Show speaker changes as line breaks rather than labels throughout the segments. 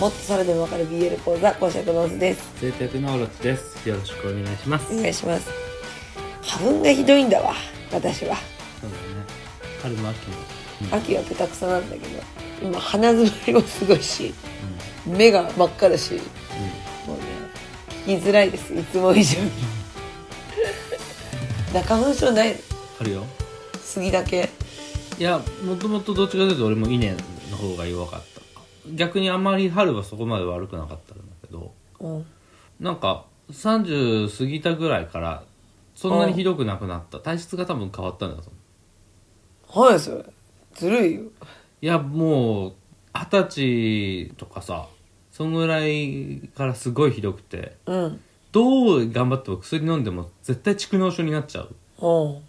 もっとそれでもわかる BL 講座講釈の図です
通訳のオロチです。よろしくお願いします。
お願いします花粉がひどいんだわ私は
そうだね。春も秋も。うん
秋はくたくさなんだけど今鼻詰まりもすごいし目が真っ赤だしもうね聞きづらいですいつも以上 に中花粉症ない
あるよ。
杉だけ
いや、もともとどっちかというと俺も稲の方が弱かった。逆にあまり春はそこまで悪くなかったんだけど、
うん
なんか30過ぎたぐらいからそんなにひどくなくなった。体質が多分変わったんだと思う。
はいそれずるいよ
いや、もう二十歳とかさ、そんぐらいからすごいひどくて、
うん
どう頑張っても薬飲んでも絶対蓄膿症になっちゃ
う
う。
ん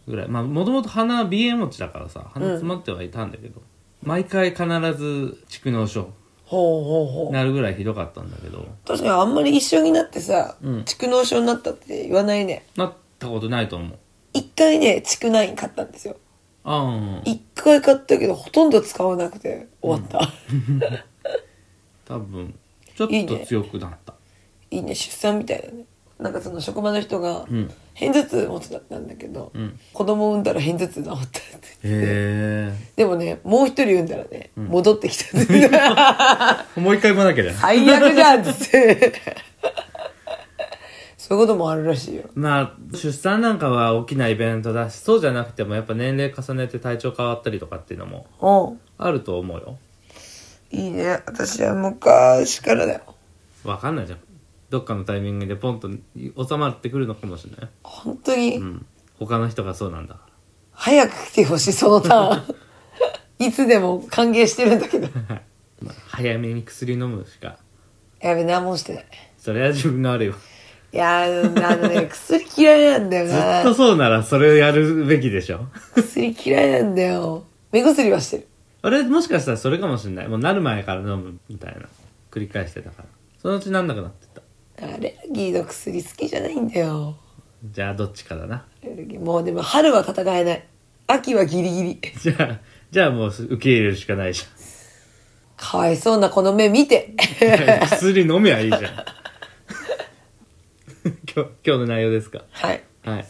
ぐらいまあもともと鼻 BA 持ちだからさ鼻詰まってはいたんだけど、毎回必ず蓄膿症
ほうほうほう
なるぐらいひどかったんだけど
確かにあんまり一緒になってさ
うん
蓄膿症になったって言わないね
なったことないと思う
一回ね蓄ナイン買ったんですよ
ああうん
一回買ったけどほとんど使わなくて終わった、
多分ちょっ
いい
と
ね
強くなった
いいね出産みたいだねなんかその職場の人が
うん
片頭痛持ちだったんだけど、
うん
子供産んだら片頭痛治ったって
へ
でもねもう一人産んだらね、戻ってきたって
えもう一回もなきゃ だ
最悪じゃんっつって そういうこともあるらしいよ
まあ出産なんかは大きなイベントだしそうじゃなくてもやっぱ年齢重ねて体調変わったりとかっていうのも
うん
あると思うよ
いいね私は昔からだよ
わかんないじゃんどっかのタイミングでポンと収まってくるのかもしれない
本当に、
うん他の人がそうなんだから
早く来てほしいそのターン いつでも歓迎してるんだけど
まあ、早めに薬飲むしか
やべ何もしてない
それは自分が悪いわ
いやーあの ね薬嫌いなんだよ
ずっと
な
そうならそれをやるべきでしょ
薬嫌いなんだよ目薬はしてる
俺もしかしたらそれかもしれないもうなる前から飲むみたいな繰り返してたからそのうちなんなくなってった
アレルギーの薬好きじゃないんだよ
じゃあどっちかだな
アレルギーもうでも春は戦えない秋はギリギリ
じゃあじゃあもう受け入れるしかないじ
かわいそうなこの目見て
ゃん薬飲めばいいじゃん 今日今日の内容ですか
はい、
はい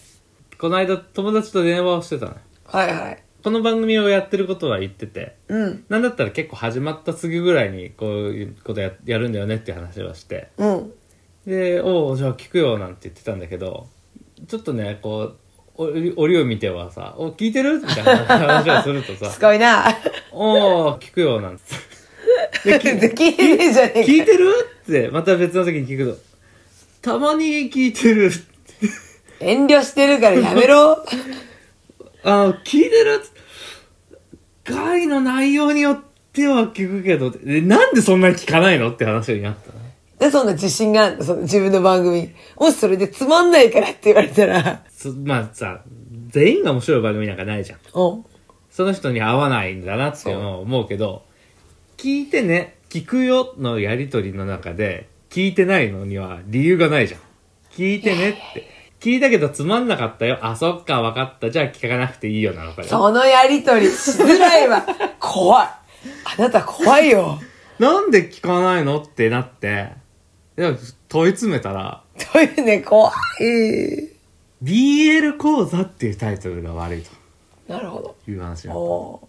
この間友達と電話をしてたの
はいはい
この番組をやってることは言ってて
うん
なんだったら結構始まったすぐぐらいにこういうことややるんだよねっていう話はして
うん
で「おうじゃあ聞くよ」なんて言ってたんだけどちょっとねこうお折を見てはさ「お聞いてる?」みたいな話をすると
す
さ
ごいな
「おお聞くよ」なんて
全然聞いてねえじゃね
「聞
え
いてる?」ってまた別の時に聞くと「たまに聞いてる」
か遠慮してるからやめ ろ
あ聞いてる回の内容によっては聞くけどでなんでそんなに聞かないのって話になったね
でそんな自信があるのその自分の番組もしそれでつまんないからって言われたら
そまあさ全員が面白い番組なんかないじゃん
うん
その人に合わないんだなっていうのを思うけど聞いてね聞くよのやりとりの中で聞いてないのには理由がないじゃん聞いてねって聞いたけどつまんなかったよあそっか分かったじゃあ聞かなくていいよなのかよ
そのやりとりしづらい わ怖いあなた怖いよ
なんで聞かないのってなってでも問い詰めたら
というね怖い
BL 講座っていうタイトルが悪い
なるほ
という話
ど
が
おー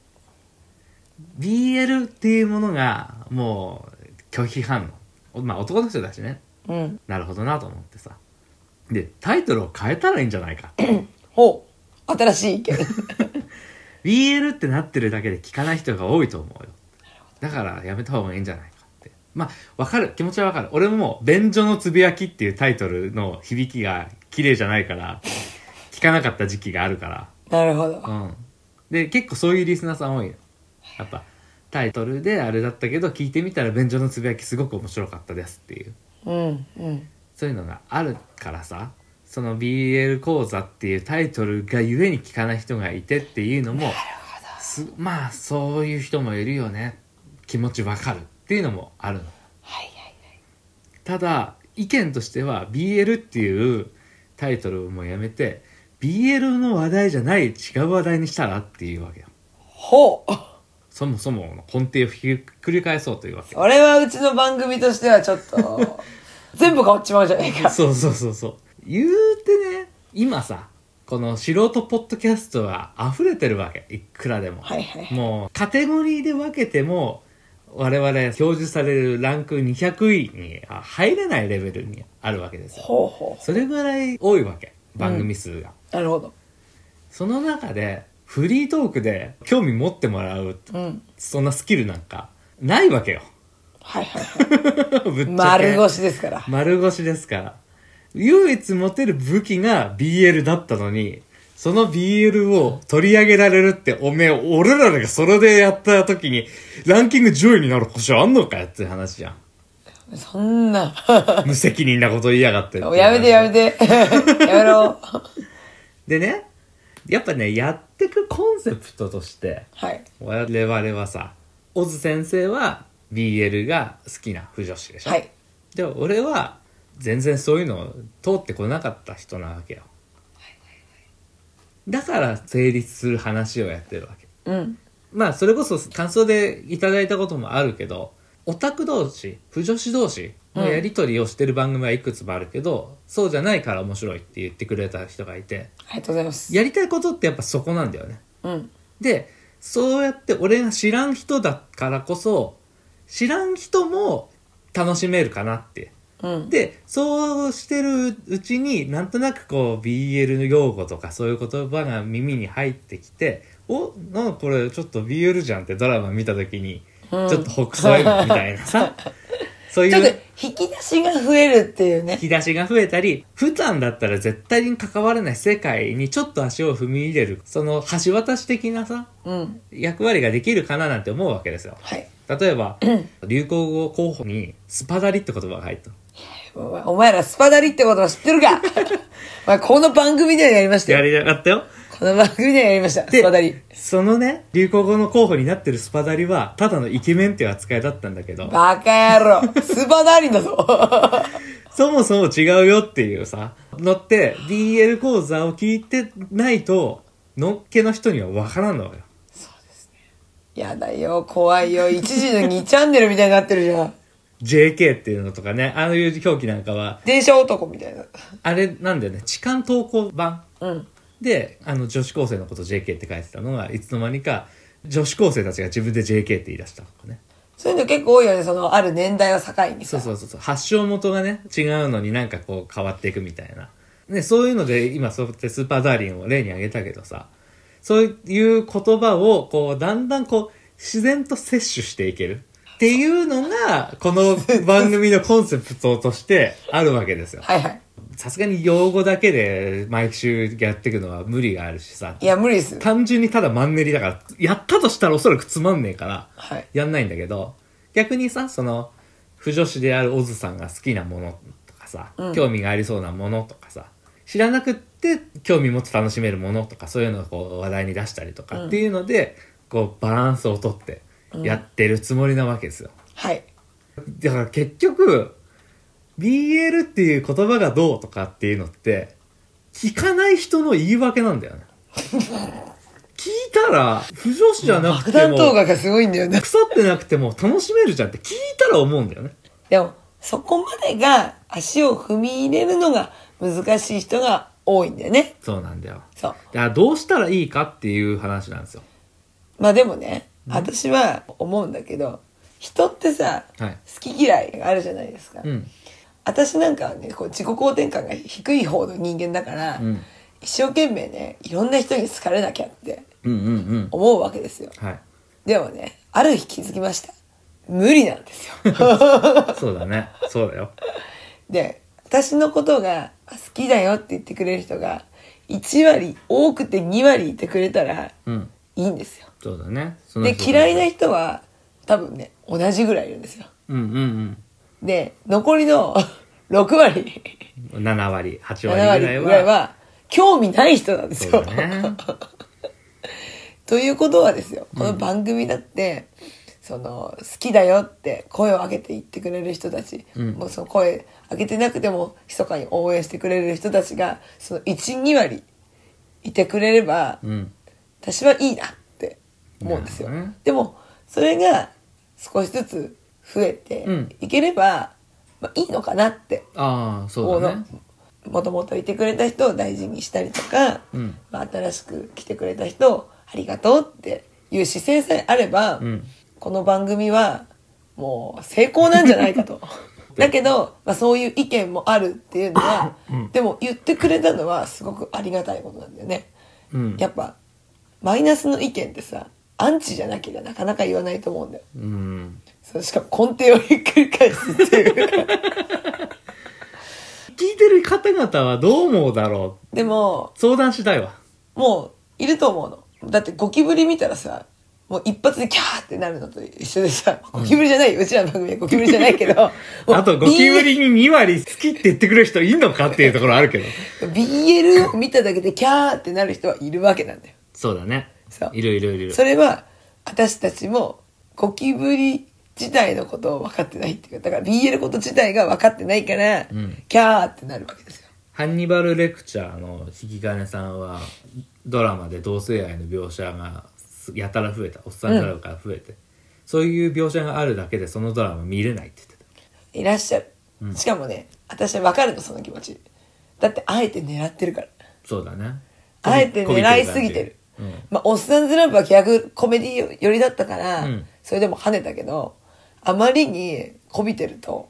BL っていうものがもう拒否反応まあ男の人だしね
うん。
なるほどなと思ってさでタイトルを変えたらいいんじゃないか
ほう。新しい意見。
BL ってなってるだけで聞かない人が多いと思うよだからやめた方がいいんじゃないかってまあわかる気持ちはわかる俺ももう「便所のつぶやき」っていうタイトルの響きが綺麗じゃないから聞かなかった時期があるから
なるほど。
うんで結構そういうリスナーさん多いよやっぱタイトルであれだったけど聞いてみたら「便所のつぶやきすごく面白かったです」っていう
うん、うん。
そういうのがあるからさその BL 講座っていうタイトルがゆえに聞かない人がいてっていうのもすまあそういう人もいるよね気持ちわかるっていうのもあるの
はい
ただ意見としては BL っていうタイトルをもうやめて BL の話題じゃない違う話題にしたらっていうわけよ
ほう。
そもそもの根底をひっくり返そうというわけ
それはうちの番組としてはちょっ と全部変わっちまうじゃないか
そうそうそうそう言うてね今さこの素人ポッドキャストは溢れてるわけいくらでも、
はいはいはい
もうカテゴリーで分けても我々表示されるランク200位には入れないレベルにあるわけですよ
ほうほ
それぐらい多いわけ番組数が、
うなるほど
その中でフリートークで興味持ってもらう
うん
そんなスキルなんかないわけよ
はいはいはい
ぶっちゃけ
丸腰ですから
丸腰ですから。唯一持てる武器が BL だったのに、その BL を取り上げられるって、おめえ、俺らがそれでやった時に、ランキング上位になる保証あんのかよっていう話 じゃん。
そん な
無責任なこと言いやがってっていう話
やめてやめて やめろ
でね、やっぱね、やってくコンセプトとして、
はい
我々はさ、オズ先生は BL が好きな不女子でしょ。
はい
でも俺は全然そういうの通ってこなかった人なわけよだから成立する話をやってるわけ
うん
まあそれこそ感想でいただいたこともあるけどオタク同士不女子同士のやり取りをしてる番組はいくつもあるけど、そうじゃないから面白いって言ってくれた人がいて
ありがとうございます
やりたいことってやっぱそこなんだよね
うん
でそうやって俺が知らん人だからこそ知らん人も楽しめるかなって
うん
で、そうしてるうちに、なんとなくこう、BL の用語とかそういう言葉が耳に入ってきて、お、なんかこれちょっと BL じゃんってドラマ見たときに、
うん
ちょっと北斎み たいなさ、そう
ちょっ
い
と
う
引き出しが増えるっていうね
引き出しが増えたり、普段だったら絶対に関わらない世界にちょっと足を踏み入れる、その橋渡し的なさ、
うん
役割ができるかななんて思うわけですよ。
はい
例えば、流行語候補に、スパダリって言葉が入った。
お前お前らスパダリって言葉知ってる かお前この番組ではやりました
や
よ
りやがったよ。
この番組ではやりました
で
スパダリ
そのね、流行語の候補になってるスパダリは、ただのイケメンっていう扱いだったんだけど、
バカ野郎スパダリだ ぞ
そもそも違うよっていうさ、のって、BL 講座を聞いてないと、のっけの人にはわからんのよ。
やだよ怖いよ1時の2チャンネルみたいになってるじゃん
JK っていうのとかね、ああいう表記なんかは、
電車男みたいな
あれなんだよね、痴漢投稿版
うん
で、あの、女子高生のこと JK って書いてたのが、いつの間にか、女子高生たちが自分で JK って言い出したのかね。
そういうの結構多いよねそのある年代を境にさ
そうそうそうそう。発祥元がね、違うのになんかこう変わっていくみたいな。ね、そういうので今そうやってスーパーダーリンを例に挙げたけどさ、そういう言葉をこうだんだんこう自然と摂取していける。っていうのが、この番組のコンセプトとしてあるわけですよ。
はいはい
さすがに用語だけで毎週やっていくのは無理があるしさ
い、や無理です
単純にただマンネリだから、やったとしたらおそらくつまんねえから、
はい
やんないんだけど逆にさその不女子であるオズさんが好きなものとかさ、
うん
興味がありそうなものとかさ知らなくって興味持って楽しめるものとかそういうのをこう話題に出したりとかっていうので、こうバランスをとってやってるつもりなわけですよ、
はい
だから結局 BL っていう言葉がどうとかっていうのって聞かない人の言い訳なんだよ ね聞いたら不女子じゃなく
爆
て
弾
も
投下がすごいんだよね
腐ってなくても楽しめるじゃんって聞いたら思うんだよね。
でもそこまでが足を踏み入れるのが難しい人が多いんだよね
そうなんだよ。
そう
だからどうしたらいいかっていう話なんですよ。
まあでもね、私は思うんだけど人ってさ、
はい
好き嫌いがあるじゃないですか、
うん。
私なんかはねこう自己肯定感が低い方の人間だから、
うん
一生懸命ねいろんな人に好かれなきゃって
うんうんうん。
思うわけですよ
はい。
でもねある日気づきました無理なんですよ
そうだね。そうだよ。
で私のことが好きだよって言ってくれる人が1割多くて2割いてくれたら
うん。
いいんですよ
そうだね。その
で
人と
嫌いな人は多分ね同じぐらいいるんですよ
うんうん
で残りの6割
うん。7割、
7
8割
割
ぐ
ぐ
ら
ら
い
い
は。
は興味ない人なんです
そう
よ、
だね。
ということはですよこの番組だって、その好きだよって声を上げて言ってくれる人たち、もうその声上げてなくても密かに応援してくれる人たちがその12割いてくれれば、
うん。
私はいいなって思うんですよ、
なるほどね
でもそれが少しずつ増えて
うん
いければ、まあ、いいのかなって
ああそ
こ
うだね
のもともといてくれた人を大事にしたりとか、
うん
まあ、新しく来てくれた人をありがとうっていう姿勢さえあれば、
うん
この番組はもう成功なんじゃない かと。だけど、まあ、そういう意見もあるっていうのは、でも言ってくれたのはすごくありがたいことなんだよね。
うん
やっぱマイナスの意見ってさアンチじゃなきゃなかなか言わないと思うんだよ。
うん
それしかも根底をひっくり返すって いうか。
聞いてる方々はどう思うだろう
でも
相談したいわ
もう、いると思うの。だってゴキブリ見たらさ、もう一発でキャーってなるのと一緒でさ、ゴキブリじゃないよ。うちらの番組はゴキブリじゃないけど。もう
あとゴキブ
BL
リに2割好きって言ってくれる人いんのかっていうところあるけど
BL を見ただけでキャーってなる人はいるわけなんだよ。
そうだね
そう
いるいるいるいる
それは、私たちもゴキブリ自体のことを分かってないっていうか、だから BL こと自体が分かってないから、
ん
キャーってなるわけですよ。
ハンニバル・レクチャーの引き金さんはドラマで同性愛の描写がやたら増えたおっさんドラマから増えて、そういう描写があるだけでそのドラマ見れないって言ってた
いらっしゃる。しかもね、私は分かるの、その気持ち。だって、あえて狙ってるから。
そうだね
あえて狙いすぎてる。まあ、おっさんずラブはギャグコメディ寄りだったから、
うん
それでも跳ねたけど、あまりにこびてると、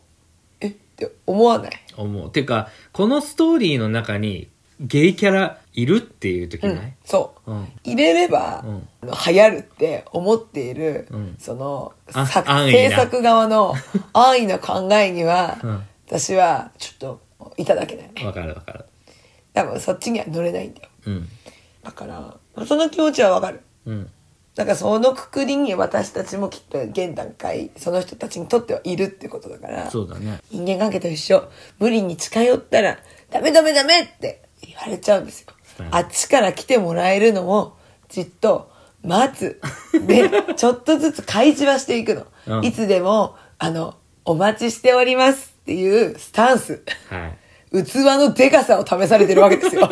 えって思わない。
うん、思うてかこのストーリーの中にゲイキャラいるっていう時
う
なんい、
そう、
うん
入れれば、
うん
流行るって思っている、
うん
その、
あ
作
安易
制
な
作側 の安易な考えには、
うん
私はちょっといただけないね。
わかるわかる
多分そっちには乗れないんだよ。
うん
だから、その気持ちはわかる。
うん
なんかそのくくりに私たちもきっと現段階その人たちにとってはいるってことだから
そうだね
人間関係と一緒無理に近寄ったらダメダメダメって言われちゃうんですよ、
うん
あっちから来てもらえるのをじっと待つ でちょっとずつ開示はしていくの、
うん
いつでもあのお待ちしておりますっていうスタンス
はい
器のでかさを試されてるわけ ですよ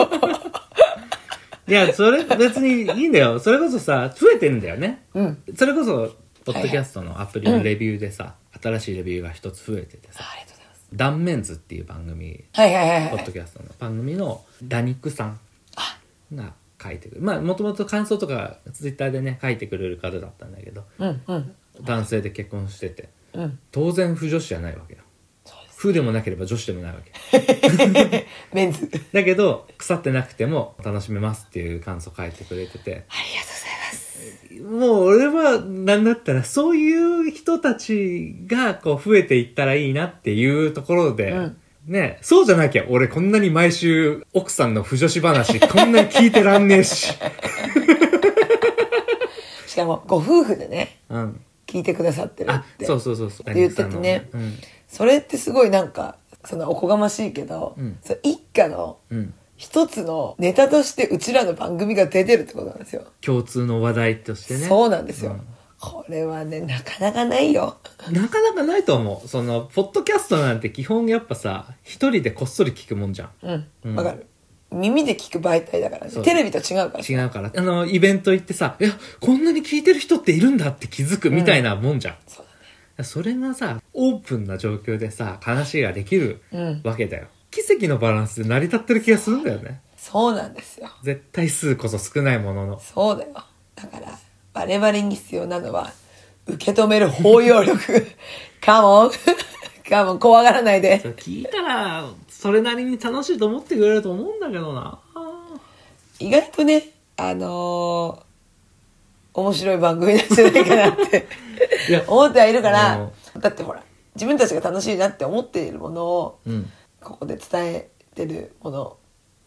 いや、それ別にいいんだよ。それこそさ、増えてんだよね。
うん
それこそ、ポッドキャストのアプリのレビューでさ、新しいレビューが一つ増えててさ、
ありがとうございます
断面図っていう番組、
はいはいはい
ポ
は
ッド
い
キャストの番組のダニックさん
あ
が書いてくる。まあ、もともと感想とか、ツイッターでね、書いてくれる方だったんだけど、
うんうん
男性で結婚してて、
うん
当然不女子じゃないわけよ。
そうです
不でもなければ女子でもないわけ。
メンズ
だけど、腐ってなくても楽しめますっていう感想書いてくれ
あ
てて、
りがとうございます。
もう俺は、なんだったら、そういう人たちが、こう、増えていったらいいなっていうところで、
うん
ね、そうじゃなきゃ、俺こんなに毎週、奥さんの不女 子話、こんなに聞いてらんねえし。
しかも、ご夫婦でね、
うん。
聞いてくださってる
あ
っ、て。
そうそうそうそう。
言っててね
うん。
それってすごいなんか、そのおこがましいけど、
うん
その一家の
うん。
一つのネタとしてうちらの番組が出てるってことなんですよ。
共通の話題としてね。
そうなんですよ、
うん
これはね、なかなかないよ。
なかなかないと思う。その、ポッドキャストなんて基本やっぱさ、一人でこっそり聞くもんじゃん。
うん。
うん
わかる。耳で聞く媒体だからね
そう
テレビと違うから
違うから。あの、イベント行ってさ、いや、こんなに聞いてる人っているんだって気づくみたいなもんじゃん。
そう
それがさ、オープンな状況でさ、話ができる
うん
わけだよ。奇跡のバランスで成り立ってる気がするんだよね。
そうなんですよ。
絶対数こそ少ないものの。
そうだよ。だから、我々に必要なのは、受け止める包容力。 カモン。 カモン、怖がらないで。
聞いたら、それなりに楽しいと思ってくれると思うんだけどな。
意外とね、あのー面白い番組なんじゃないかなって
いや
思ってはいるから、だってほら、自分たちが楽しいなって思っているものを、
うん。
ここで伝えてるもの。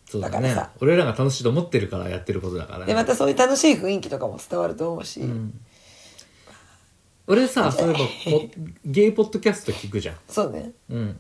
そうだ
だか
ね
らさ。
俺らが楽しいと思ってるからやってることだからね。
で、またそういう楽しい雰囲気とかも伝わると思うし、
うん。俺さ、そういえばポ、ゲイポッドキャスト聞くじゃん。
そうね。
うん。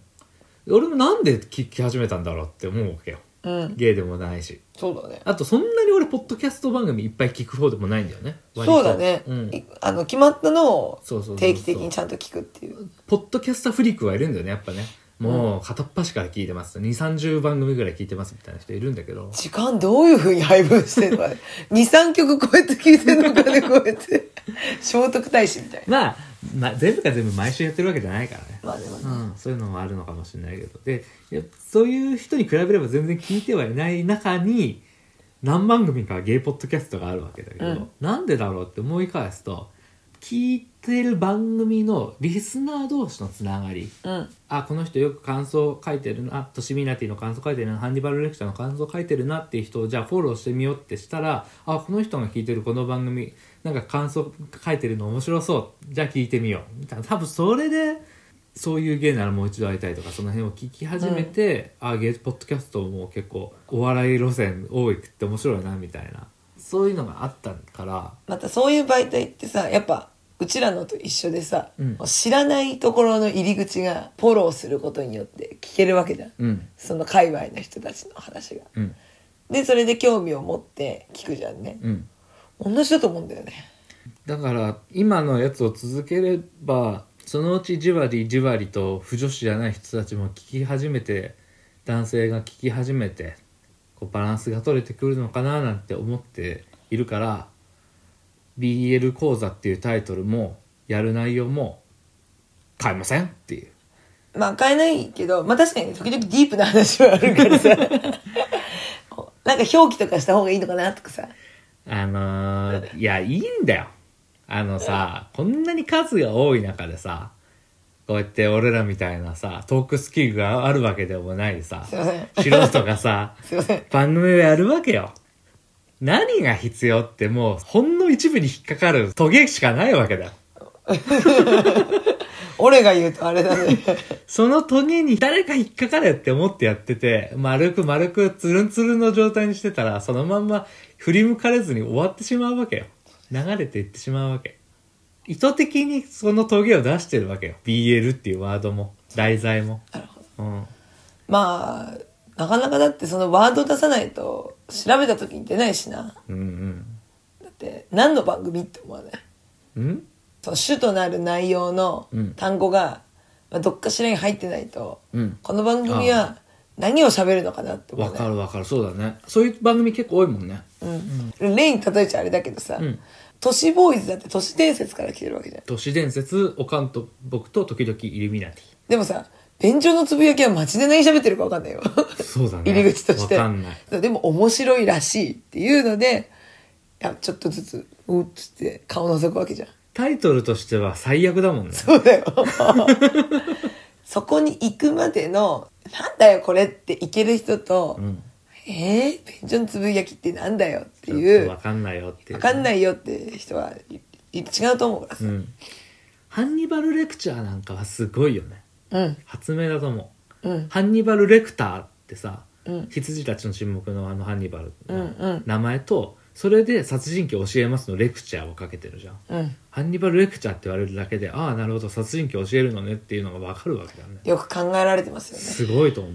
俺もなんで聞き始めたんだろうって思うわけよ。
うん。
ゲイでもないし。
そうだね。
あと、そんなに俺、ポッドキャスト番組いっぱい聞く方でもないんだよね。割と
そうだね、
うん。
いあの、決まったのを
そうそうそうそう
定期的にちゃんと聞くっていう。
ポッドキャスターフリークはいるんだよね、やっぱね。もう、片っ端から聞いてます。2、30番組ぐらい聞いてますみたいな人いるんだけど。
時 間どういうふうに配分してるのかね2、3曲こうやって聴いてるのかね、こうやって。聖徳太子みたいな。
まあ、まあ、全部が全部毎週やってるわけじゃないからね。
まあでもね、
うん、そういうのもあるのかもしれないけど。で、いやそういう人に比べれば全然聞いてはいない中に、何番組かゲイポッドキャストがあるわけだけど、
うん
なんでだろうって思い返すと、聞いてる番組のリスナー同士のつながり、
うん。
あ、この人よく感想書いてるな、トシミナティの感想書いてるな、ハンニバルレクチャーの感想書いてるなっていう人をじゃあフォローしてみようってしたら、あ、この人が聞いてるこの番組、なんか感想書いてるの面白そう、じゃあ聞いてみよう。みたいな。多分それで、そういう芸ならもう一度会いたいとか、その辺を聞き始めて、あ、芸ポッドキャストも結構お笑い路線多いって面白いな、みたいな。そういうのがあったから、
またそういう媒体ってさ、やっぱ、うちらのと一緒でさ、
うん
知らないところの入り口がフォローすることによって聞けるわけじゃん。
うん。
その界隈の人たちの話が。
うん。
で、それで興味を持って聞くじゃんね。
うん。
同じだと思うんだよね。
だから今のやつを続ければそのうちじわりじわりと不女子じゃない人たちも聞き始めて男性が聞き始めてこうバランスが取れてくるのかななんて思っているから「BL 講座」っていうタイトルもやる内容も変えませんっていう
まあ、買えないけど、まあ確かに時々ディープな話はあるから さ。なんか表記とかした方がいいのかなとかさ。
あのー、いや、いいんだよ。あのさ、こんなに数が多い中でさ、こうやって俺らみたいなさ、トークスキルがあるわけでもないさ
すい、ません。
素人がさ、
すいません。
番組をやるわけよ。何が必要ってもう、ほんの一部に引っかかるトゲしかないわけだよ。
俺が言うとあれだね。
そのトゲに誰か引っかかれって思ってやってて、丸く丸くツルンツルンの状態にしてたら、そのまんま振り向かれずに終わってしまうわけよ。流れていってしまうわけ。意図的にそのトゲを出してるわけよ。BL っていうワードも、題材も。
なるほど。
うん。
まあ、なかなかだってそのワード出さないと調べた時に出ないしな。
うん
だって何の番組って思わない。
うん。ん
その主となる内容の
うん
単語が、まあ、どっかしらに入ってないと、
うん
この番組は何を喋るのかなって思わ
わ
ない。
かるわかる。そうだね。そういう番組結構多いもんね。
うん、例に例えちゃあれだけどさ、
ん
都市ボーイズだって都市伝説から来てるわけじゃん
都市伝説、おかんと僕と時々イルミナティ。
でもさ便所のつぶやきは街で何喋ってるか分かんないよ
そうだね。
入り口として
わかんない。
でも面白いらしいっていうのでいやちょっとずつうっつって顔覗くわけ じゃん
タイトルとしては最悪だもんね。
そうだよそこに行くまでのなんだよこれって行ける人と、
うん。
えー、便所のつぶやきってなんだよって
ちょ
い
っ
う
とわかんないよっていう
分かんないよって人はいい違うと思うから
う
さ、
んハンニバルレクチャーなんかはすごいよね
うん、
発明だと思う、
うん
ハンニバルレクターってさ、
うん
羊たちの沈黙のあのハンニバル
うんう
の
ん
名前と、それで殺人鬼教えますのレクチャーをかけてるじゃん、
うん
ハンニバルレクチャーって言われるだけでああなるほど殺人鬼教えるのねっていうのがわかるわけだね
よく考えられてますよね
すごいと思う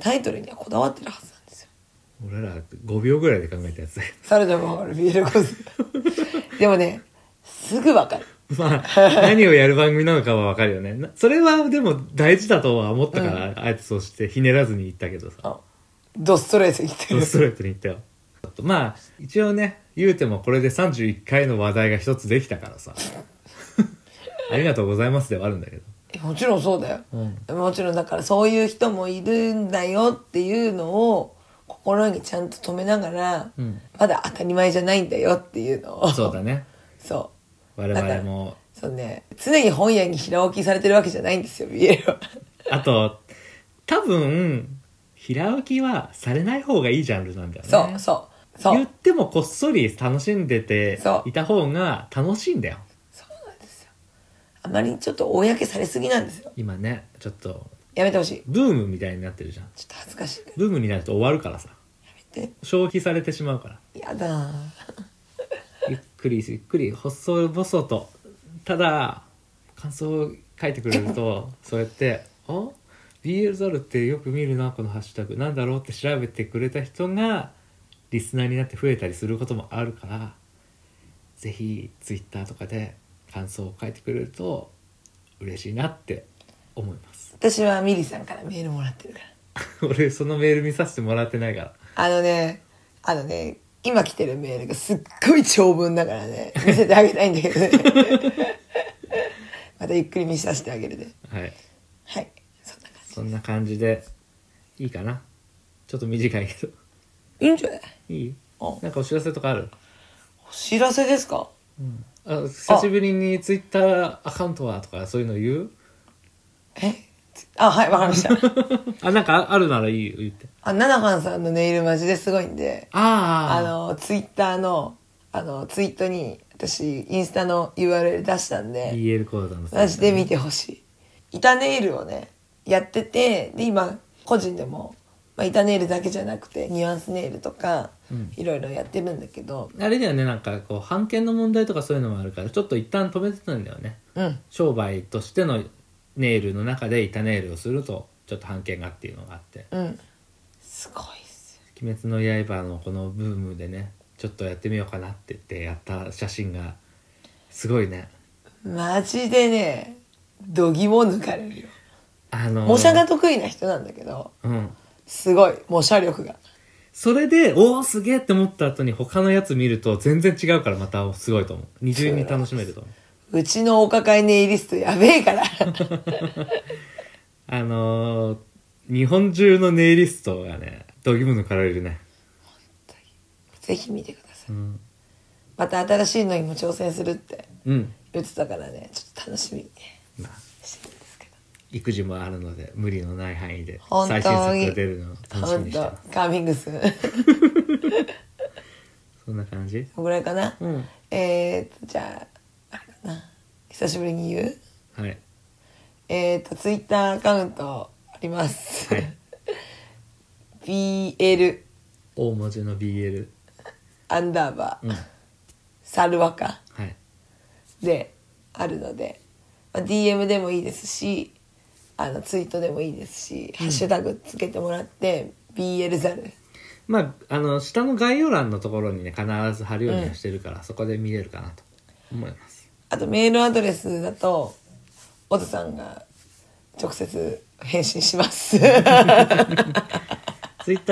タイトルにはこだわってるはずなんですよ
俺ら5秒ぐらいで考えたやつだよ
サルダもわかるビールコースでもねすぐわかる
まあ何をやる番組なのかはわかるよねなそれはでも大事だとは思ったから、あえてそうしてひねらずに言ったけどさ
あドストレートに言って
ド
る
ストレートに言ったよ。まあ、一応ね、言うてもこれで31回の話題が一つできたか らさ。ありがとうございますではあるんだけど。
えもちろんそうだよ、もちろんだからそういう人もいるんだよっていうのを心にちゃんと止めながら、
ん
まだ当たり前じゃないんだよっていうのを
そうだね。
そ
我々も。
うそうね常に本屋に平置きされてるわけじゃないんですよビールは
あと、多分、平置きはされない方がいいジャンルなんだよね。
そうそうそう
言ってもこっそり楽しんでて
そう
いた方が楽しいんだよ。
そうなんですよあまりちょっと公されすぎなんですよ
今ね、ちょっと、
やめてほしい
ブームみたいになってるじゃん。
ちょっと恥ずかしいから
ブームになると終わるからさ。
やめて
消費されてしまうから。
やだ
ゆっくりゆっくり細々とただ感想を書いてくれるとそうやって「お BL ザルってよく見るなこのハッシュタグなんだろう?」って調べてくれた人がリスナーになって増えたりすることもあるからぜひ Twitter とかで感想を書いてくれると嬉しいなって思います
私はミリさんからメールもらってるから
俺そのメール見させてもらってないから
あのねあのね今来てるメールがすっごい長文だからね見せてあげたいんだけどね またゆっくり見させてあげるで
はい
はいそんな感
そんな感じでいいかなちょっと短いけど
じいいんじゃない
いい
お
なんかお知らせとかある
お知らせですか
あ久しぶりにツイッターアカウントはとかそういうの言
えあはいわかりました
う あなんかあるならいいよ言って
あななはんさんのネイルマジですごいんであ
あ
のツイッターのあのツイートに私インスタの URL 出したん
あ
で
BL コーダの
マジで見てほしい板ネイルをねやっててで今個人でも、まあ、板ネイルだけじゃなくてニュアンスネイルとか、
うん
いろいろやってるんだけど
あれだよねなんかこう版権の問題とかそういうのもあるからちょっと一旦止めてたんだよね
うん
商売としてのネイルの中で板ネイルをするとちょっと版権がっていうのがあって
うんすごいっす
「鬼滅の刃」のこのブームでねちょっとやってみようかなって言ってやった写真がすごいね
よマジでね度肝抜かれるよ
あのー
模写が得意な人なんだけど
うん
すごい模写力が
それでおおすげえって思った後に他のやつ見ると全然違うからまたすごいと思う二重に楽しめると思う
うちのお抱えネイリストやべえ から
あのー日本中のネイリストがね度肝抜かれるね
ぜひ見てください
うん、
また新しいのにも挑戦するって
うん、
言ってたからねちょっと楽しみにね
まあ
してるんですけど
育児もあるので無理のない範囲で
本当
最
に
新作が出るのを楽しみ
本
にして
当
ます
カーミングス
そんな感じ
こんぐらいかな、
うん
えー、とじゃああれかな久しぶりに言う
はい
えー、とツイッターアカウントあります、
はい
BL
大文字の BL
アンダーバー、
うん
サルワカ
はい
であるので、まあ、DM でもいいですしあのツイートでもいいですし、ハッシュタグつけてもらって BL ザル
まああの下の概要欄のところにね必ず貼るようにはしてるから、そこで見れるかなと思います
あとメールアドレスだとオズさんが直接返信します
ツイッタ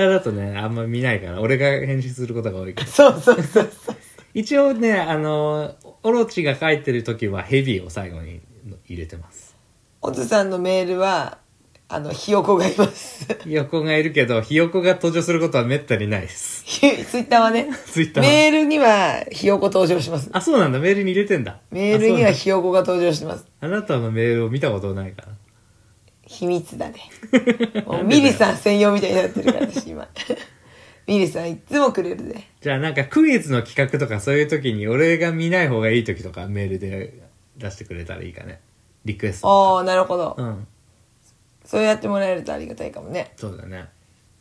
ーだとねあんま見ないから俺が返信することが多いから
そうそうそうそう
一応ねあのオロチが書いてる時はヘビーを最後に入れてます
オズさんのメールはあのひよこがいます
ひよこがいるけどひよこが登場することはめったにないです
ツイッターはね
Twitter は
メールにはひよこ登場します
あそうなんだメールに入れてんだ
メールには
あそう
ひよこが登場してます
なんだあなたのメールを見たことないから
秘密 だねもうミリさん専用みたいになってるから私 今ミリさんいっつもくれるね
じゃあなんかクイズの企画とかそういう時に俺が見ない方がいい時とかメールで出してくれたらいいかねリクエスト
ああなるほど、
うん
そうやってもらえるとありがたいかもね
そうだね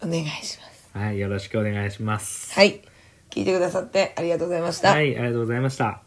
お願いします
はいよろしくお願いします
はい聞いてくださってありがとうございました、
はいありがとうございました